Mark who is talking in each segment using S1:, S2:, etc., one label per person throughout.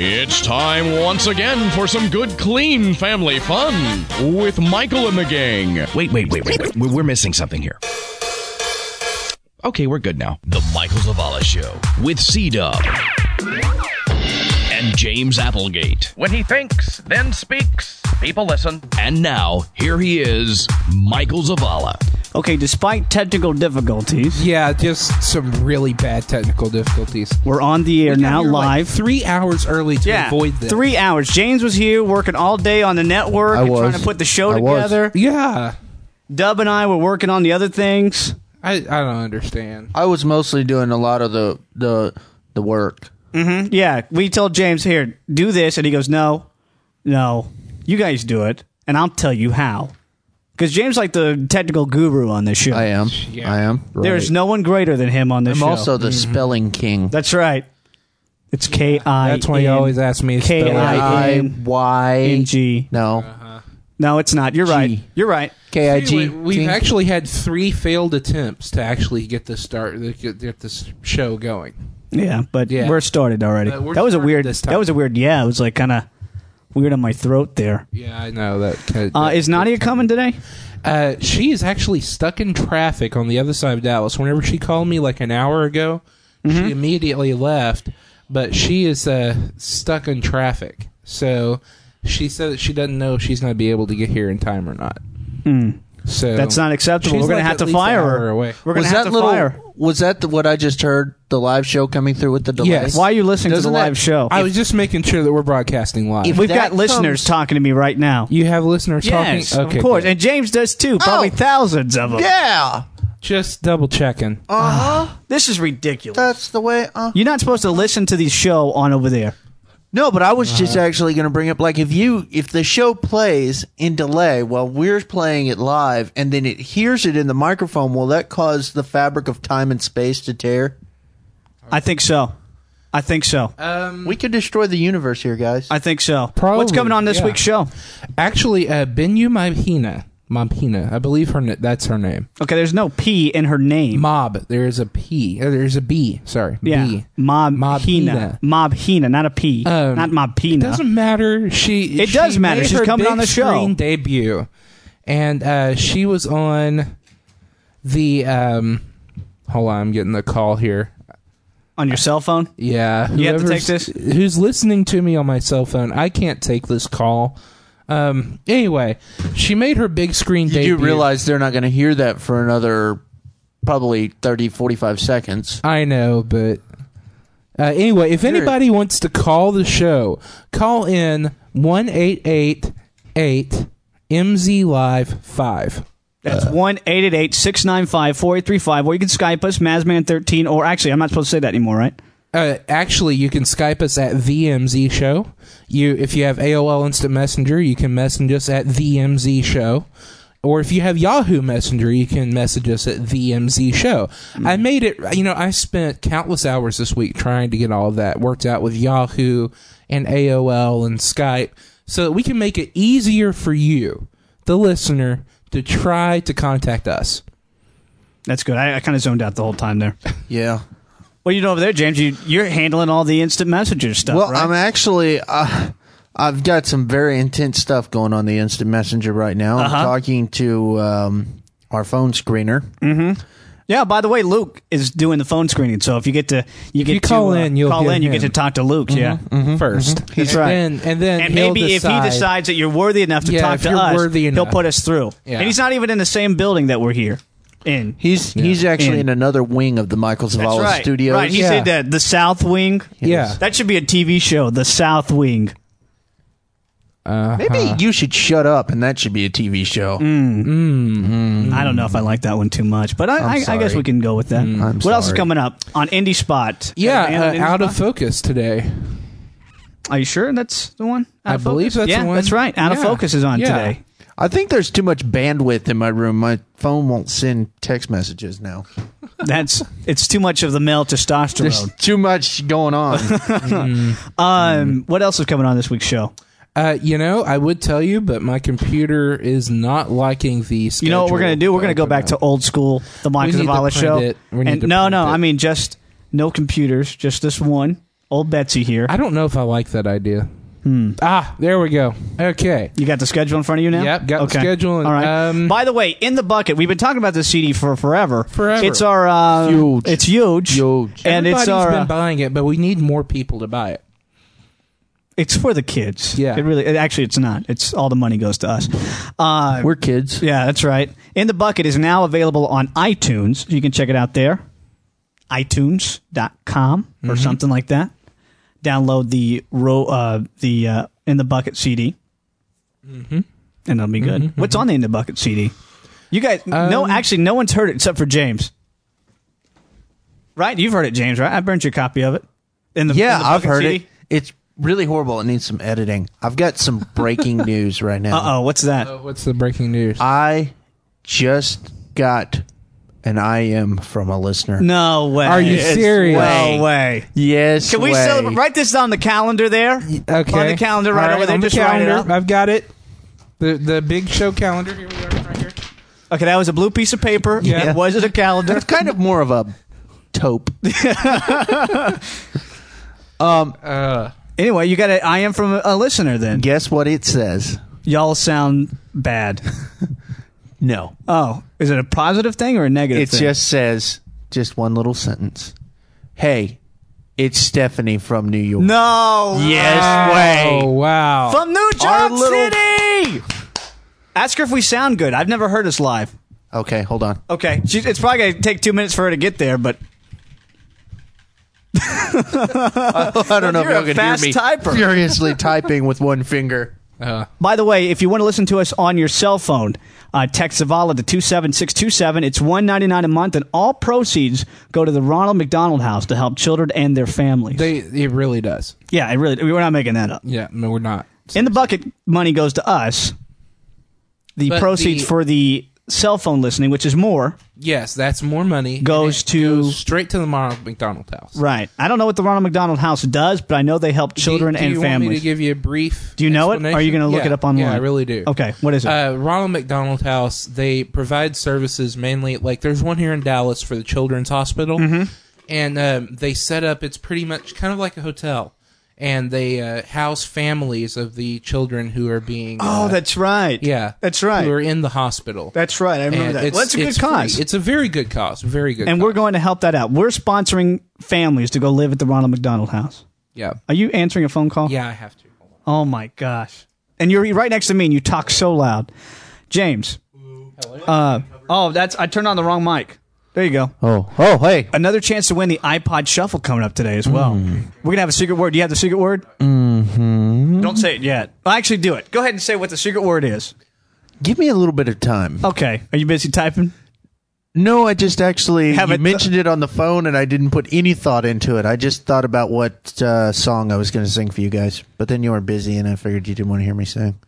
S1: It's time once again for some good, clean family fun with Michael and the gang.
S2: Wait, wait, wait, wait, wait. We're, we're missing something here. Okay, we're good now.
S3: The Michael Zavala Show with C Dub and James Applegate.
S4: When he thinks, then speaks. People listen.
S3: And now, here he is, Michael Zavala.
S5: Okay, despite technical difficulties,
S6: Yeah, just some really bad technical difficulties.
S5: we're on the air now
S6: You're, like,
S5: live.
S6: three hours early to
S5: yeah,
S6: avoid this.
S5: three hours. James was here working all day on the network
S7: I
S5: and
S7: was.
S5: trying to put the show
S7: I was.
S5: together.
S6: Yeah,
S5: Dub and I were working on the other things.
S6: I, I don't understand.
S7: I was mostly doing a lot of the the the work.
S5: Yeah, we told James here do this, and he goes no, no, you guys do it, and I'll tell you how. Because James like the technical guru on this show.
S7: I am. I am. Right.
S5: There's no one greater than him on this
S7: I'm
S5: show. Mm-hmm.
S7: also the spelling king.
S5: That's right. It's K I.
S6: That's why you always ask me to spell it
S5: K-I-
S6: out.
S7: I
S5: am.
S7: Y
S5: N G.
S7: no
S5: No, it's not. You're right. You're right.
S7: K I G.
S6: Anyway, we've actually had three failed attempts to actually get this start, get, get this show going.
S5: Yeah, but
S6: Yeah.
S5: we're started already.
S6: Uh, we're
S5: that was a
S6: started
S5: weird.
S6: this time.
S5: That was a weird. Yeah, it was like kind of weird on my throat there.
S6: Yeah, I know that. Kind of,
S5: Uh, is Nadia coming today?
S6: Uh, she is actually stuck in traffic on the other side of Dallas. Whenever she called me like an hour ago,
S5: Mm-hmm.
S6: she immediately left, but she is uh, stuck in traffic. So she said that she doesn't know if she's going to be able to get here in time or not. So
S5: Hmm. That's not acceptable.
S6: She's
S5: We're gonna
S6: like
S5: have
S6: at
S5: to
S6: least an
S5: fire
S6: hour
S5: her.
S6: Away.
S5: We're gonna
S7: Was
S5: have
S7: that
S5: to
S7: little?
S5: fire.
S7: Was that the, what I just heard? The live show coming through with the delay.
S6: Yes.
S5: Why are you listening
S7: Doesn't
S5: to the
S7: that-
S5: live show?
S6: I was just making sure that we're broadcasting live.
S7: If-
S5: We've
S7: that
S5: got listeners
S7: comes-
S5: talking to me right now.
S6: you have listeners
S5: yes,
S6: talking. Okay,
S5: of course,
S6: good.
S5: and James does too. Probably
S7: Oh.
S5: thousands of them.
S7: Yeah.
S6: Just double checking.
S5: Uh, This is ridiculous.
S7: That's the way. Uh,
S5: You're not supposed to listen to the show on over there.
S7: no, but I
S5: Uh-huh.
S7: was just actually going to bring up like if you if the show plays in delay while we're playing it live and then it hears it in the microphone, will that cause the fabric of time and space to tear?
S5: I think so. I think so.
S6: Uh,
S7: We could destroy the universe here, guys.
S5: I think so. What's
S6: Probably,
S5: coming on this
S6: yeah.
S5: week's show?
S6: Actually, uh, Binu Mabhina. Mabhina. I believe her. na- That's her name.
S5: Okay, there's no P in her name.
S6: Mob. There is a P. uh, There's a B. Sorry.
S5: yeah,
S6: B.
S5: Mob,
S6: Mob
S5: Hina.
S6: Hina.
S5: Mob Hina, not a P.
S6: Um,
S5: not Mob Pina.
S6: It doesn't matter. She.
S5: It
S6: she
S5: does matter.
S6: made
S5: She's
S6: her
S5: coming
S6: big
S5: on the show.
S6: Screen debut, and uh, she was on the. Um, hold on, I'm getting the call here.
S5: on your cell phone?
S6: Yeah.
S5: You have to
S6: whoever's-
S5: take this?
S6: Who's listening to me on my cell phone? I can't take this call. Um. Anyway, she made her big screen
S7: You
S6: debut.
S7: do realize they're not going to hear that for another probably 30, 45 seconds.
S6: I know, but uh, anyway, if anybody wants to call the show, call in one eight eight eight MZ Live five.
S5: That's
S6: Uh.
S5: one eight eight eight six nine five four eight three five. Or you can Skype us, Mazman13, or actually, I'm not supposed to say that anymore, right?
S6: Uh, actually, you can Skype us at VMZ Show. You, if you have AOL Instant Messenger, you can message us at VMZ Show. Or if you have Yahoo Messenger, you can message us at VMZ Show.
S5: Hmm.
S6: I made it. You know, I spent countless hours this week trying to get all that worked out with Yahoo and AOL and Skype, so that we can make it easier for you, the listener, to try to contact us.
S5: That's good. I, I kind of zoned out the whole time there.
S7: Yeah.
S5: What are you doing over there, James? You, you're handling all the instant messenger stuff,
S7: Well,
S5: right?
S7: I'm actually. Uh, I've got some very intense stuff going on the instant messenger right now.
S5: Uh-huh.
S7: I'm talking to um, our phone screener.
S5: yeah. By the way, Luke is doing the phone screening, so if you get to you get
S6: you call
S5: to, uh,
S6: in, you'll
S5: call
S6: hear
S5: in. You get
S6: him.
S5: to talk to Luke. Yeah,
S6: 1st
S5: He's
S6: and
S5: right.
S6: Then, and then
S5: and
S6: he'll
S5: maybe if he
S6: decide-
S5: decides that you're worthy enough to
S6: Yeah,
S5: talk
S6: if
S5: to
S6: you're
S5: us,
S6: worthy
S5: he'll
S6: enough.
S5: put us through.
S6: Yeah.
S5: And he's not even in the same building that we're here in.
S7: He's he's actually
S5: And-
S7: in another wing of the Michael Zavala
S5: right.
S7: studios.
S5: Right. He
S6: Yeah.
S5: said that the South Wing.
S6: Yeah.
S5: That should be a TV show, The South Wing.
S7: Maybe you should shut up, and that should be a TV show.
S6: Mm.
S5: I don't know if I like that one too much, but I, I, I guess
S7: sorry.
S5: we can go with that. what else is
S7: sorry.
S5: coming up on Indie Spot? Got
S6: Mm. Yeah,
S5: a band
S6: uh,
S5: on Indie
S6: out of
S5: Spot?
S6: focus today.
S5: Are you sure that's the one? Out
S6: I
S5: of
S6: believe
S5: Focus?
S6: that's
S5: yeah,
S6: the one.
S5: That's right. Out of
S6: Yeah.
S5: Focus is on
S6: Yeah.
S5: today.
S7: I think there's too much bandwidth in my room. My phone won't send text messages now.
S5: That's it's too much of the male
S7: There's
S5: testosterone.
S7: too much going on.
S5: Um, what else is coming on this week's show?
S6: Uh, you know, I would tell you, but my computer is not liking the.
S5: You know what we're gonna do? We're gonna go back to old school, the Mike
S6: We need to
S5: Zavala
S6: print
S5: show.
S6: it. We need
S5: And
S6: to
S5: no,
S6: print
S5: no,
S6: it.
S5: I mean just no computers, just this one, Old Betsy here.
S6: I don't know if I like that idea.
S5: Hmm.
S6: Ah, there we go. Okay.
S5: You got the schedule in front of you now.
S6: Yep, got the schedule and,
S5: All right.
S6: um,
S5: By the way, in the bucket, we've been talking about this CD for forever.
S6: Forever.
S5: It's our uh,
S7: Huge.
S5: It's huge.
S7: Huge.
S5: And it's
S6: Everybody's
S5: our.
S6: been
S5: uh,
S6: buying it, but we need more people to buy it.
S5: it's for the kids.
S6: Yeah.
S5: It really. It, actually, it's not. It's all the money goes to us. Uh,
S7: We're kids.
S5: yeah, that's right. In the bucket is now available on iTunes. You can check it out there. iTunes.com or
S7: Mm-hmm.
S5: something like that. Download the row uh, the uh, in the bucket CD.
S7: Mm-hmm.
S5: And it'll be good. What's on the in the bucket CD? You guys, no,
S7: Um,
S5: actually, no one's heard it except for James. Right? You've heard it, James. Right? I burnt you a copy of it. In the in
S7: Yeah,
S5: the
S7: I've
S5: Bucket
S7: heard
S5: CD?
S7: it. It's really horrible. It needs some editing. I've got some breaking news right now.
S5: Uh oh, what's that?
S6: What's the breaking news?
S7: I just got an IM from a listener.
S5: No way.
S6: Are you
S5: It's
S6: serious?
S5: No way.
S7: Yes.
S5: Can we
S7: way.
S5: celebrate? Write this on the calendar there.
S6: Okay.
S5: On the calendar right,
S6: All
S5: over there.
S6: on the
S5: Just write it up.
S6: calendar. I've got it. The the big show calendar. Here we are right here.
S5: Okay, that was a blue piece of paper.
S6: Yeah.
S5: It was it a calendar?
S7: It's kind of more of a taupe.
S6: Uh,
S5: anyway, you got it. I am from a listener then.
S7: Guess what it says?
S5: Y'all sound bad.
S7: No.
S5: Oh, is it a positive thing or a negative
S7: It
S5: thing?
S7: just says just one little sentence. Hey, it's Stephanie from New York.
S5: No.
S7: Yes way.
S6: oh wow.
S5: From New
S7: Our
S5: York
S7: little-
S5: City. Ask her if we sound good. I've never heard us live.
S7: Okay, hold on.
S5: Okay. She, it's probably going to take two minutes for her to get there, but
S7: I don't know
S5: You're
S7: if
S5: a
S7: you can
S5: fast
S7: hear me
S5: typer.
S7: furiously typing with one finger.
S5: By the way, if you want to listen to us on your cell phone, uh, text Zavala to 27627. It's $1.99 a month, and all proceeds go to the Ronald McDonald House to help children and their families.
S6: They it really does.
S5: yeah, it really, we're not making that up.
S6: Yeah, no, we're not.
S5: In the bucket, money goes to us. The
S6: But
S5: proceeds
S6: the-
S5: for the cell phone listening, which is more,
S6: Yes, that's more money.
S5: Goes
S6: And it
S5: to-
S6: goes straight to the Ronald McDonald House.
S5: right. I don't know what the Ronald McDonald House does, but I know they help children
S6: do, do
S5: and
S6: you
S5: families.
S6: Want me to give you a brief.
S5: Do you know it? Are you going to look
S6: Yeah,
S5: it up online?
S6: Yeah, I really do.
S5: Okay, what is it?
S6: Uh, Ronald McDonald House. They provide services mainly like there's one here in Dallas for the Children's Hospital,
S5: Mm-hmm.
S6: and um, they set up. It's pretty much kind of like a hotel, and they uh, house families of the children who are being.
S5: oh,
S6: uh,
S5: that's right.
S6: yeah,
S5: that's right.
S6: Who are in the hospital?
S5: That's right. I remember
S6: And
S5: that. Well, that's a good
S6: it's
S5: cause.
S6: free. It's a very good cause. Very good.
S5: and
S6: cause.
S5: we're going to help that out. We're sponsoring families to go live at the Ronald McDonald House.
S6: Yeah.
S5: Are you answering a phone call?
S6: Yeah, I have to. Hold on.
S5: Oh my gosh! And you're right next to me, and you talk so loud, James. Uh, oh, that's I turned on the wrong mic. There you go.
S7: Oh, oh, hey.
S5: Another chance to win the iPod Shuffle coming up today as well.
S6: Hmm.
S5: We're gonna have a secret word. Do you have the secret word? Mm-hmm. Don't say it yet. Well, actually, do it. Go ahead and say what the secret word is.
S7: Give me a little bit of time.
S5: Okay. Are you busy typing?
S7: No, I just actually
S5: Have
S7: you
S5: it-
S7: mentioned it on the phone, and I didn't put any thought into it. I just thought about what uh, song I was going to sing for you guys, but then you were busy, and I figured you didn't want to hear me sing.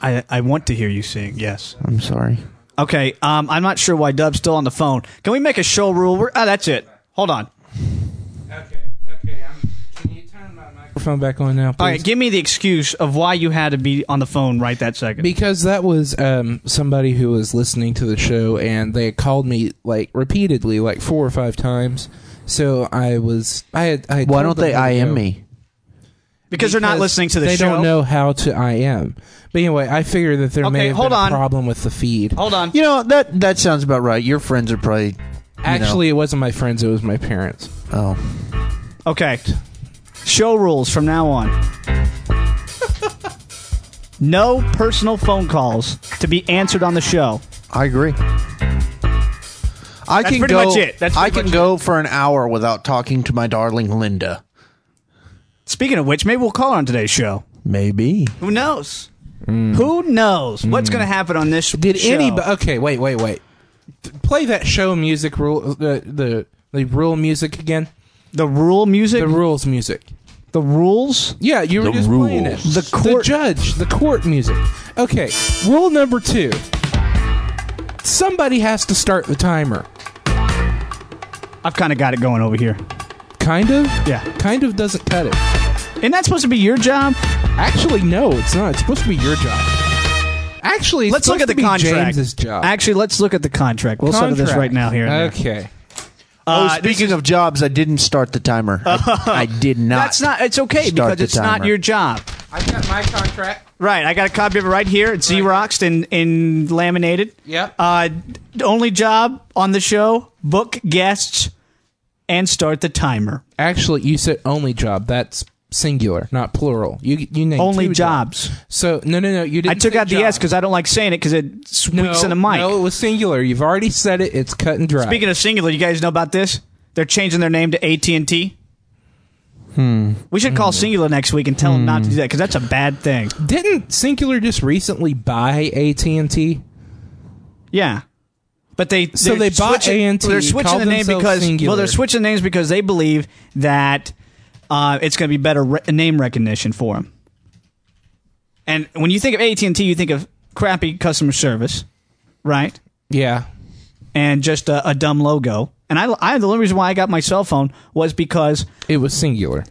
S5: I I want to hear you sing. Yes.
S7: I'm sorry.
S5: Okay, um, I'm not sure why Dub's still on the phone. Can we make a show rule? We're, ah, that's it. Hold on.
S6: Okay. Okay. I'm, can you turn my microphone back on now, please?
S5: All right, give me the excuse of why you had to be on the phone right that second.
S6: Because that was um, somebody who was listening to the show, and they called me like repeatedly, like four or five times. So I was, I had, I had
S7: Why
S6: told
S7: don't
S6: them
S7: they
S6: where to
S7: I am
S6: go.
S7: me?
S5: because they're not
S6: Because
S5: listening to the
S6: they
S5: show.
S6: don't know how to I am. But anyway, I figure that there
S5: Okay,
S6: may have
S5: hold
S6: been
S5: on.
S6: a problem with the feed.
S5: Hold on.
S7: You know that that sounds about right. Your friends are probably
S6: Actually, it wasn't my friends; it was my parents.
S7: oh.
S5: Okay. Show rules from now on. no personal phone calls to be answered on the show.
S7: I agree. I can
S5: pretty
S7: go.
S5: much it. That's
S7: I
S5: pretty
S7: can
S5: much
S7: go for an hour without talking to my darling Linda.
S5: Speaking of which, maybe we'll call her on today's show.
S7: Maybe.
S5: Who knows? Who knows what's going to happen on this
S6: Hmm. Did
S5: show?
S6: anybody? Okay, wait, wait, wait. Th- Play that show music rule uh, the the the rule music again.
S5: the rule music?
S6: The rules music.
S5: the rules?
S6: Yeah, you were just playing it.
S5: The court-
S6: judge, the court music. Okay, rule number two. Somebody has to start the timer.
S5: I've kind of got it going over here.
S6: Kind of.
S5: Yeah.
S6: Kind of doesn't cut it.
S5: Isn't that supposed to be your job?
S6: Actually, no, it's not. It's supposed to be your job. Actually, it's
S5: Let's look
S6: supposed
S5: at the
S6: to be
S5: contract.
S6: James's job.
S5: Actually, let's look at the contract. We'll settle this
S6: Contract.
S5: right now here. and there.
S6: Okay.
S7: Oh,
S5: Uh, this
S7: speaking of jobs, I didn't start the timer. I, I did not.
S5: That's not. It's okay
S7: start
S5: because
S7: the
S5: it's not
S7: timer.
S5: your job.
S6: I've got my contract.
S5: Right. I got a copy of it right here. It's Xeroxed and, and laminated.
S6: Yep.
S5: Uh, d- only job on the show: book guests and start the timer.
S6: Actually, you said only job. That's singular, not plural. You you named
S5: Only
S6: two
S5: jobs.
S6: So no, no, no. You didn't.
S5: I took
S6: say
S5: out the
S6: job.
S5: S because I don't like saying it because it
S6: no,
S5: squeaks in the mic.
S6: No, it was singular. You've already said it. It's cut and dry.
S5: Speaking of singular, you guys know about this? They're changing their name to AT and T. Hmm. We should call singular next week and tell them not to do that because that's a bad thing.
S6: didn't Singular just recently buy AT and T?
S5: Yeah. But they
S6: So
S5: they're
S6: they bought
S5: switching-
S6: A&T,
S5: They're switching
S6: called
S5: the name
S6: themselves
S5: because
S6: Singular.
S5: well, they're switching names because they believe that uh, it's going to be better re- name recognition for them. And when you think of AT and T, you think of crappy customer service, right?
S6: Yeah.
S5: And just a, a dumb logo. And I, I, the only reason why I got my cell phone was because
S6: It was singular.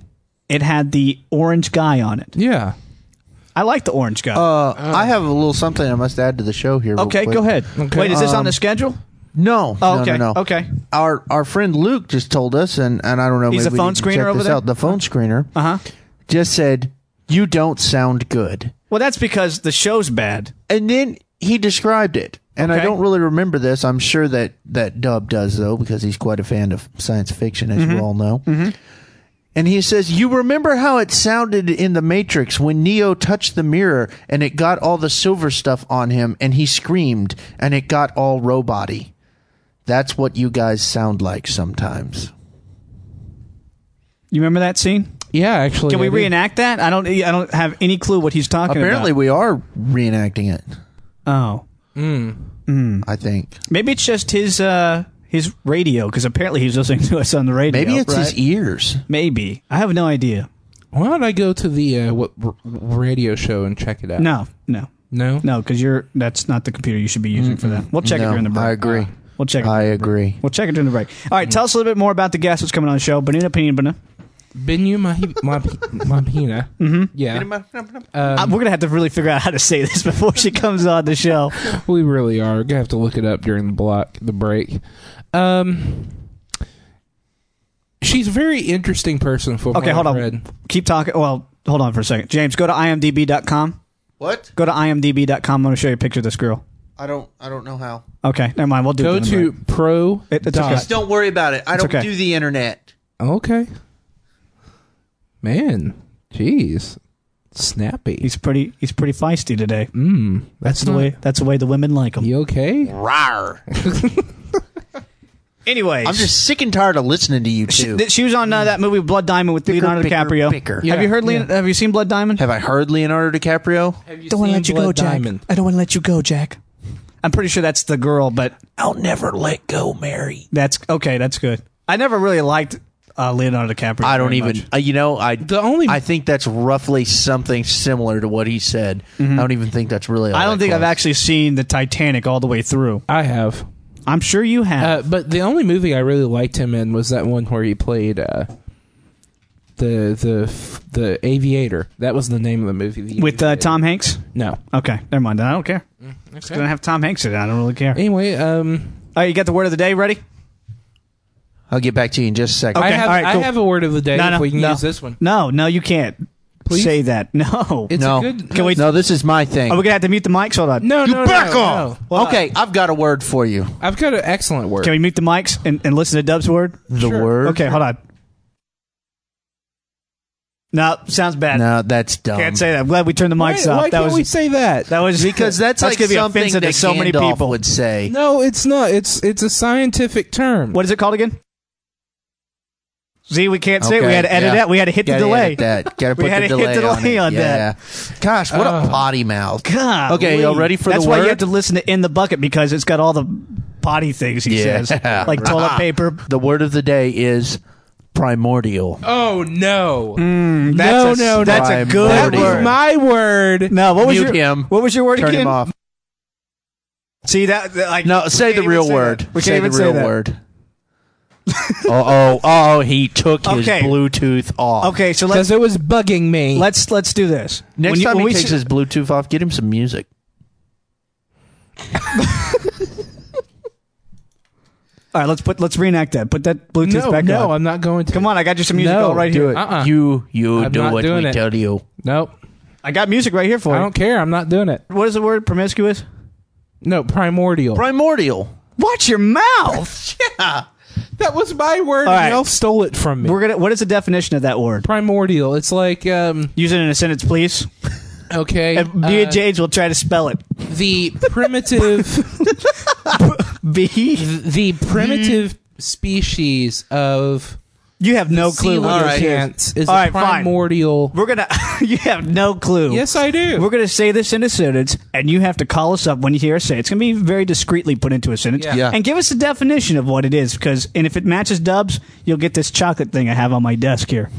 S5: it had the orange guy on it.
S6: Yeah.
S5: I like the orange guy.
S6: Oh,
S7: Uh, I have a little something I must add to the show here. real
S5: okay,
S7: quick.
S5: go ahead.
S6: Okay. um,
S5: Wait, is this on the schedule?
S7: No,
S5: Oh,
S7: no,
S5: okay,
S7: no, no.
S5: okay.
S7: Our our friend Luke just told us, and, and I don't know.
S5: He's
S7: maybe
S5: a phone
S7: we can check
S5: screener over
S7: this
S5: there?
S7: Out. The phone screener
S5: Uh huh.
S7: just said, "You don't sound good,"
S5: Well, that's because the show's bad.
S7: and then he described it. And I
S5: Okay.
S7: don't really remember this. I'm sure that that Dub does though, because he's quite a fan of science fiction, as
S5: Mm-hmm.
S7: you all know. And he says, "You remember how it sounded in The Matrix when Neo touched the mirror and it got all the silver stuff on him, and he screamed, and it got all roboty. That's what you guys sound like sometimes."
S5: You remember that scene?
S6: Yeah.
S7: Oh,
S6: Actually,
S5: Can
S6: I
S5: we
S6: did.
S5: reenact that? I don't. I don't have any clue what he's talking
S7: Apparently,
S5: about.
S7: we are reenacting it.
S5: Oh,
S7: I think
S5: maybe it's just his uh his radio because apparently he's listening to us on the radio.
S7: maybe it's
S5: right?
S7: his e- ears.
S5: Maybe I have no idea.
S6: Why don't I go to the uh, what r- radio show and check it out?
S5: No, no,
S6: No.
S5: no. Because you're that's not the computer you should be using for that. We'll check it
S7: No,
S5: during the break.
S7: I agree.
S5: We'll check. It.
S7: I agree.
S5: We'll check it during the break. All right, tell us a little bit more about the guest that's coming on the show. Banana Pina Banana.
S6: Been you my my my pina. Mm-hmm. Yeah.
S5: Uh, we're gonna have to really figure out how to say this before she comes on the show.
S6: We really are. We're gonna have to look it up during the block the break. Um She's a very interesting person for
S5: Okay, hold on. Keep talking. Well, hold on for a second. James, go to imdb.com.
S7: What?
S5: Go to imdb.com. I'm going to show you a picture of this girl.
S7: I don't. I don't know how.
S5: Okay, never mind. We'll do
S6: Go
S5: it.
S6: to pro
S5: It- it's
S6: dot-
S5: okay.
S7: Just don't worry about it. I don't
S5: okay.
S7: do the internet.
S6: Okay. Man. Jeez. Snappy.
S5: He's pretty. He's pretty feisty today.
S7: Mm.
S6: That's
S5: That's the
S6: not-
S5: way. That's the way the women like him.
S6: You okay?
S7: Rar.
S5: Anyways,
S7: I'm just sick and tired of listening to you
S5: She,
S7: two.
S5: th- she was on uh, that movie Blood Diamond with Leonardo
S7: bicker,
S5: DiCaprio.
S7: bicker.
S5: Have you heard? Leon- Have you seen Blood Diamond?
S7: Have I heard Leonardo DiCaprio?
S5: don't want to let you go, Jack. I don't want to let you go, Jack. I'm pretty sure that's the girl, but
S7: I'll never let go, Mary.
S5: that's okay. That's good. I never really liked uh, Leonardo DiCaprio.
S7: I don't
S5: very
S7: even.
S5: much.
S7: Uh, you know, I
S6: The only-
S7: I think that's roughly something similar to what he said. I don't even think that's really. all
S5: Mm-hmm. I don't
S7: that
S5: think I've
S7: close.
S5: actually seen the Titanic all the way through.
S6: I have.
S5: I'm sure you have.
S6: Uh, but the only movie I really liked him in was that one where he played uh, the the f- the Aviator. That was the name of the movie. The
S5: with uh,
S6: Aviator.
S5: Tom Hanks?
S6: No.
S5: Okay, never mind. I don't care.
S6: Mm,
S5: It's gonna have Tom Hanks in it. I don't really care. All
S6: Anyway, um,
S5: right, you got the word of the day ready?
S7: I'll get back to you in just a second.
S5: Okay,
S6: I have
S5: all right,
S6: I
S5: cool.
S6: have a word of the day.
S5: No,
S6: if
S5: no,
S6: we can
S5: no.
S6: use this one.
S5: No, no, you can't
S6: Please?
S5: say that. No.
S6: It's
S7: No.
S6: a good.
S5: Can we-
S7: No, this is my thing.
S5: Are Oh, we gonna have to mute the mics? Hold on.
S6: No, no, no,
S7: back
S6: no,
S7: off.
S6: no.
S7: okay, I've got a word for you.
S6: I've got an excellent word.
S5: Can we mute the mics and, and listen to Dub's word?
S7: The word.
S5: Okay, hold on. No, sounds bad.
S7: No, that's dumb.
S5: Can't say that. I'm glad we turned the
S6: why
S5: mics
S6: why
S5: off.
S6: can't
S5: that was
S6: we say that?
S5: that was
S7: because that's, like
S5: gonna be
S7: something
S5: offensive
S7: that
S5: to so many
S7: Gandalf
S5: people.
S7: would say.
S6: no, it's not. It's it's a scientific term.
S5: What is it called again? See, we can't say it. We
S7: Okay,
S5: had to edit
S7: yeah.
S5: that. We had to hit the
S7: Gotta
S5: delay.
S7: edit that. Gotta
S5: We
S7: put
S5: had
S7: the
S5: to
S7: delay
S5: hit the
S7: on, Uh,
S5: delay
S7: it.
S5: on
S7: yeah. Gosh, what a potty mouth.
S5: God.
S7: Okay, y'all ready for
S5: That's
S7: the
S5: why you
S7: word?
S5: have to listen to In the Bucket because it's got all the potty things he
S7: Yeah.
S5: says, like toilet paper.
S7: The word of the day is primordial.
S6: Oh no!
S5: Mm. That's a,
S6: no, no,
S5: that's
S7: no.
S5: a good
S6: that
S7: Lordy.
S5: word.
S6: was my word.
S5: no, what was
S7: Mute
S5: your
S7: him.
S5: what was your word
S7: Turn
S5: again?
S7: him off.
S5: See that? that, Like,
S7: No,
S5: we
S7: say
S5: can't
S7: the
S5: even
S7: real
S5: say
S7: word.
S5: that. We can't
S7: say
S5: even
S7: the
S5: say
S7: real
S5: that.
S7: word. oh, oh, oh, he took his
S5: Okay.
S7: Bluetooth off.
S5: Okay, so let's
S6: Because it was bugging me.
S5: let's let's do this.
S7: Next
S5: When you-
S7: time
S5: when
S7: he
S5: we
S7: takes
S5: see-
S7: his Bluetooth off, get him some music.
S5: All right, let's put let's reenact that. Put that Bluetooth
S6: No,
S5: back
S6: no,
S5: on.
S6: I'm not going to.
S5: Come on, I got you some music
S6: No,
S5: all right
S6: do
S5: here.
S6: it. Uh-uh.
S7: You you
S6: I'm
S7: do
S6: not
S7: what
S6: doing
S7: we
S6: it.
S7: tell you.
S6: Nope.
S5: I got music right here for
S6: I
S5: you.
S6: don't care. I'm not doing it.
S5: What is the word? Promiscuous.
S6: No, primordial.
S7: Primordial.
S5: Watch your mouth.
S6: that was my word.
S5: All
S6: and
S5: right.
S6: Y'all stole it from me.
S5: We're gonna. What is the definition of that word?
S6: primordial. It's like um
S5: Use it in a sentence, please.
S6: okay.
S5: And me and
S6: uh,
S5: James will try to spell it.
S6: the primitive
S5: B.
S6: the primitive species of
S5: You have no clue.
S6: coelacanths
S5: What
S7: right.
S5: this is.
S6: is
S5: All right,
S6: a
S5: fine.
S6: primordial.
S5: We're gonna. you have no clue.
S6: Yes, I do.
S5: We're gonna say this in a sentence, and you have to call us up when you hear us say it. It's gonna be very discreetly put into a sentence,
S6: Yeah. Yeah.
S5: and give us a definition of what it is. Because, and if it matches Dubs, you'll get this chocolate thing I have on my desk here.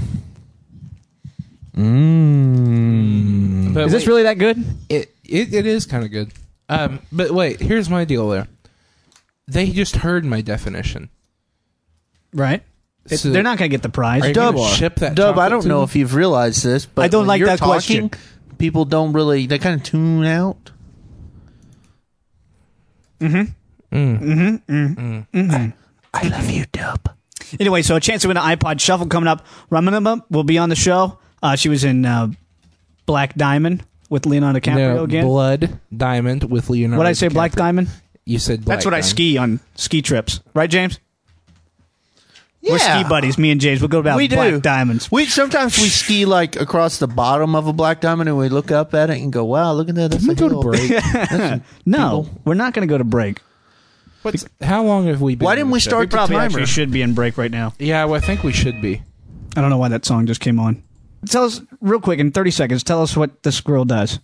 S6: But
S5: Is this
S6: wait,
S5: really that good?
S6: It it, it is kind of good. Um, but wait, here's my deal. There, they just heard my definition.
S5: Right. It-
S6: So-
S5: they're not gonna get the prize.
S6: Are you
S7: Dub,
S6: gonna ship that
S7: Dub, I
S6: chocolate
S7: don't
S6: to
S7: know
S6: them?
S7: if you've realized this, but
S5: I don't
S7: when
S5: like
S7: you're
S5: that
S7: talking,
S5: question.
S7: People don't really. They kind of tune out. Mm-hmm. Mm-hmm. Mm-hmm. I, I love you, Dub.
S5: Anyway, so a chance to win an iPod Shuffle coming up. Ramanama will be on the show. Uh, she was in uh, Black Diamond with Leonardo DiCaprio
S6: No,
S5: again.
S6: blood diamond with Leonardo.
S5: what did I say? Black
S6: DiCaprio.
S5: Diamond.
S6: You said black
S5: That's what I
S6: diamond.
S5: ski on ski trips, right, James? We're
S7: Yeah.
S5: ski buddies, me and James. We'll go about
S7: we
S5: black
S7: do
S5: diamonds.
S7: We sometimes we ski like across the bottom of a black diamond, and we look up at it and go, "Wow, look at that!" That's a
S6: Go to
S7: hill."
S6: break.
S5: no, we're not going to go to break.
S6: What's, how long have we been?
S7: Why
S6: on
S7: didn't
S6: the
S7: we
S6: show?
S7: start
S5: We probably
S7: the
S5: actually
S7: timer?
S5: should be in break right now.
S6: Yeah, well, I think we should be.
S5: I don't know why that song just came on. Tell us real quick in thirty seconds. Tell us what this girl does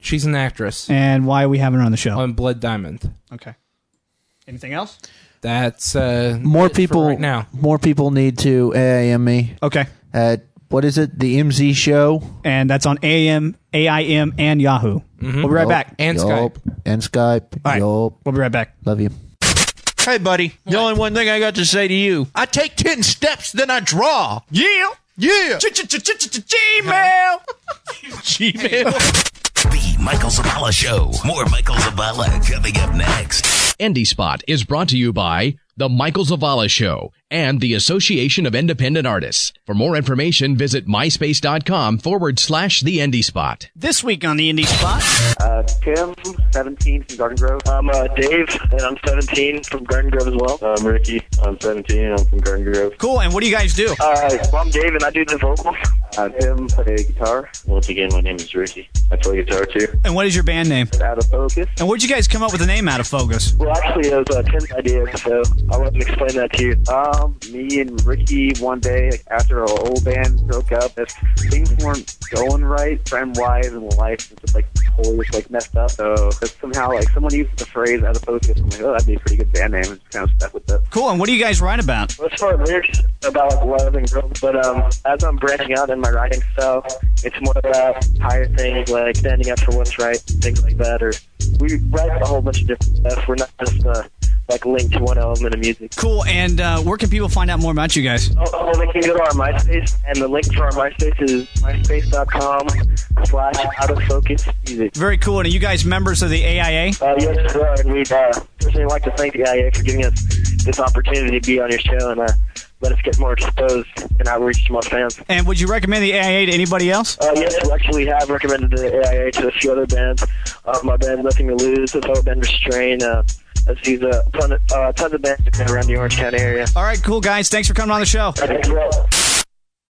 S6: She's an actress
S5: and why we have her on the show.
S6: on Blood Diamond.
S5: Oh, okay. Anything else?
S6: That's uh,
S7: More
S6: it for
S7: people
S6: right now.
S7: More people need to AIM me
S5: Okay.
S7: at what is it? The MZ show.
S5: And that's on AM, AIM, and Yahoo. We'll be right back.
S6: And
S7: Yup. And Skype.
S5: All right.
S7: Yup.
S5: We'll be right back.
S7: Love you.
S2: Hey, buddy. The only one thing I got to say to you I take 10 steps, then I draw. Yeah. Yeah. Gmail. Gmail.
S8: The Michael Zavala Show. More Michael Zavala coming up next.
S3: Indie Spot is brought to you by The Michael Zavala Show and the Association of Independent Artists. For more information, visit myspace.com forward slash the Indie Spot.
S5: This week on the Indie Spot.
S9: Uh, Tim, 17 from Garden Grove. I'm uh, Dave, and I'm 17 from Garden Grove as well. I'm Uh, Ricky. I'm 17, and I'm from Garden Grove.
S5: Cool. And what do you guys do?
S9: Uh, well, I'm Dave, and I do the vocals. Uh, Tim, play guitar. Once again, my name is Ricky. I play guitar too.
S5: And what is your band name?
S9: Out of focus.
S5: And where'd you guys come up with the name Out of Focus?
S9: Well, actually, it was uh, Tim's idea, so I'll let him explain that to you. Um, me and Ricky one day after our old band broke up, if things weren't going right, friend wise and life was just like totally just like messed up. So it's somehow like someone used the phrase out of focus. I'm like, oh, that'd be a pretty good band name. And just kind of stuck with it.
S5: Cool. And what do you guys write about?
S9: Well, as far as lyrics about like, love and growth, but um, as I'm branching out in my writing style, it's more about higher things like standing up for what's right, things like that. Or we write a whole bunch of different stuff. We're not just uh, like linked to one element of music.
S5: Cool. And uh, where can people find out more about you guys?
S9: Oh, well, they can go to our MySpace, and the link for our MySpace is myspace.com slash out of focus music.
S5: Very cool. And are you guys members of the AIA?
S9: Uh, yes, we are, and we'd uh, personally like to thank the IA for giving us this opportunity to be on your show and uh, let us get more exposed and outreach to more fans.
S5: And would you recommend the AIA to anybody else?
S9: Uh, yes, we actually have recommended the AIA to a few other bands. Uh, my band, Nothing to Lose, the fellow band Restrain. Uh, let's use a ton of, uh, tons of bands around the Orange County area.
S5: All right, cool guys. Thanks for coming on the show.
S9: Thanks a lot.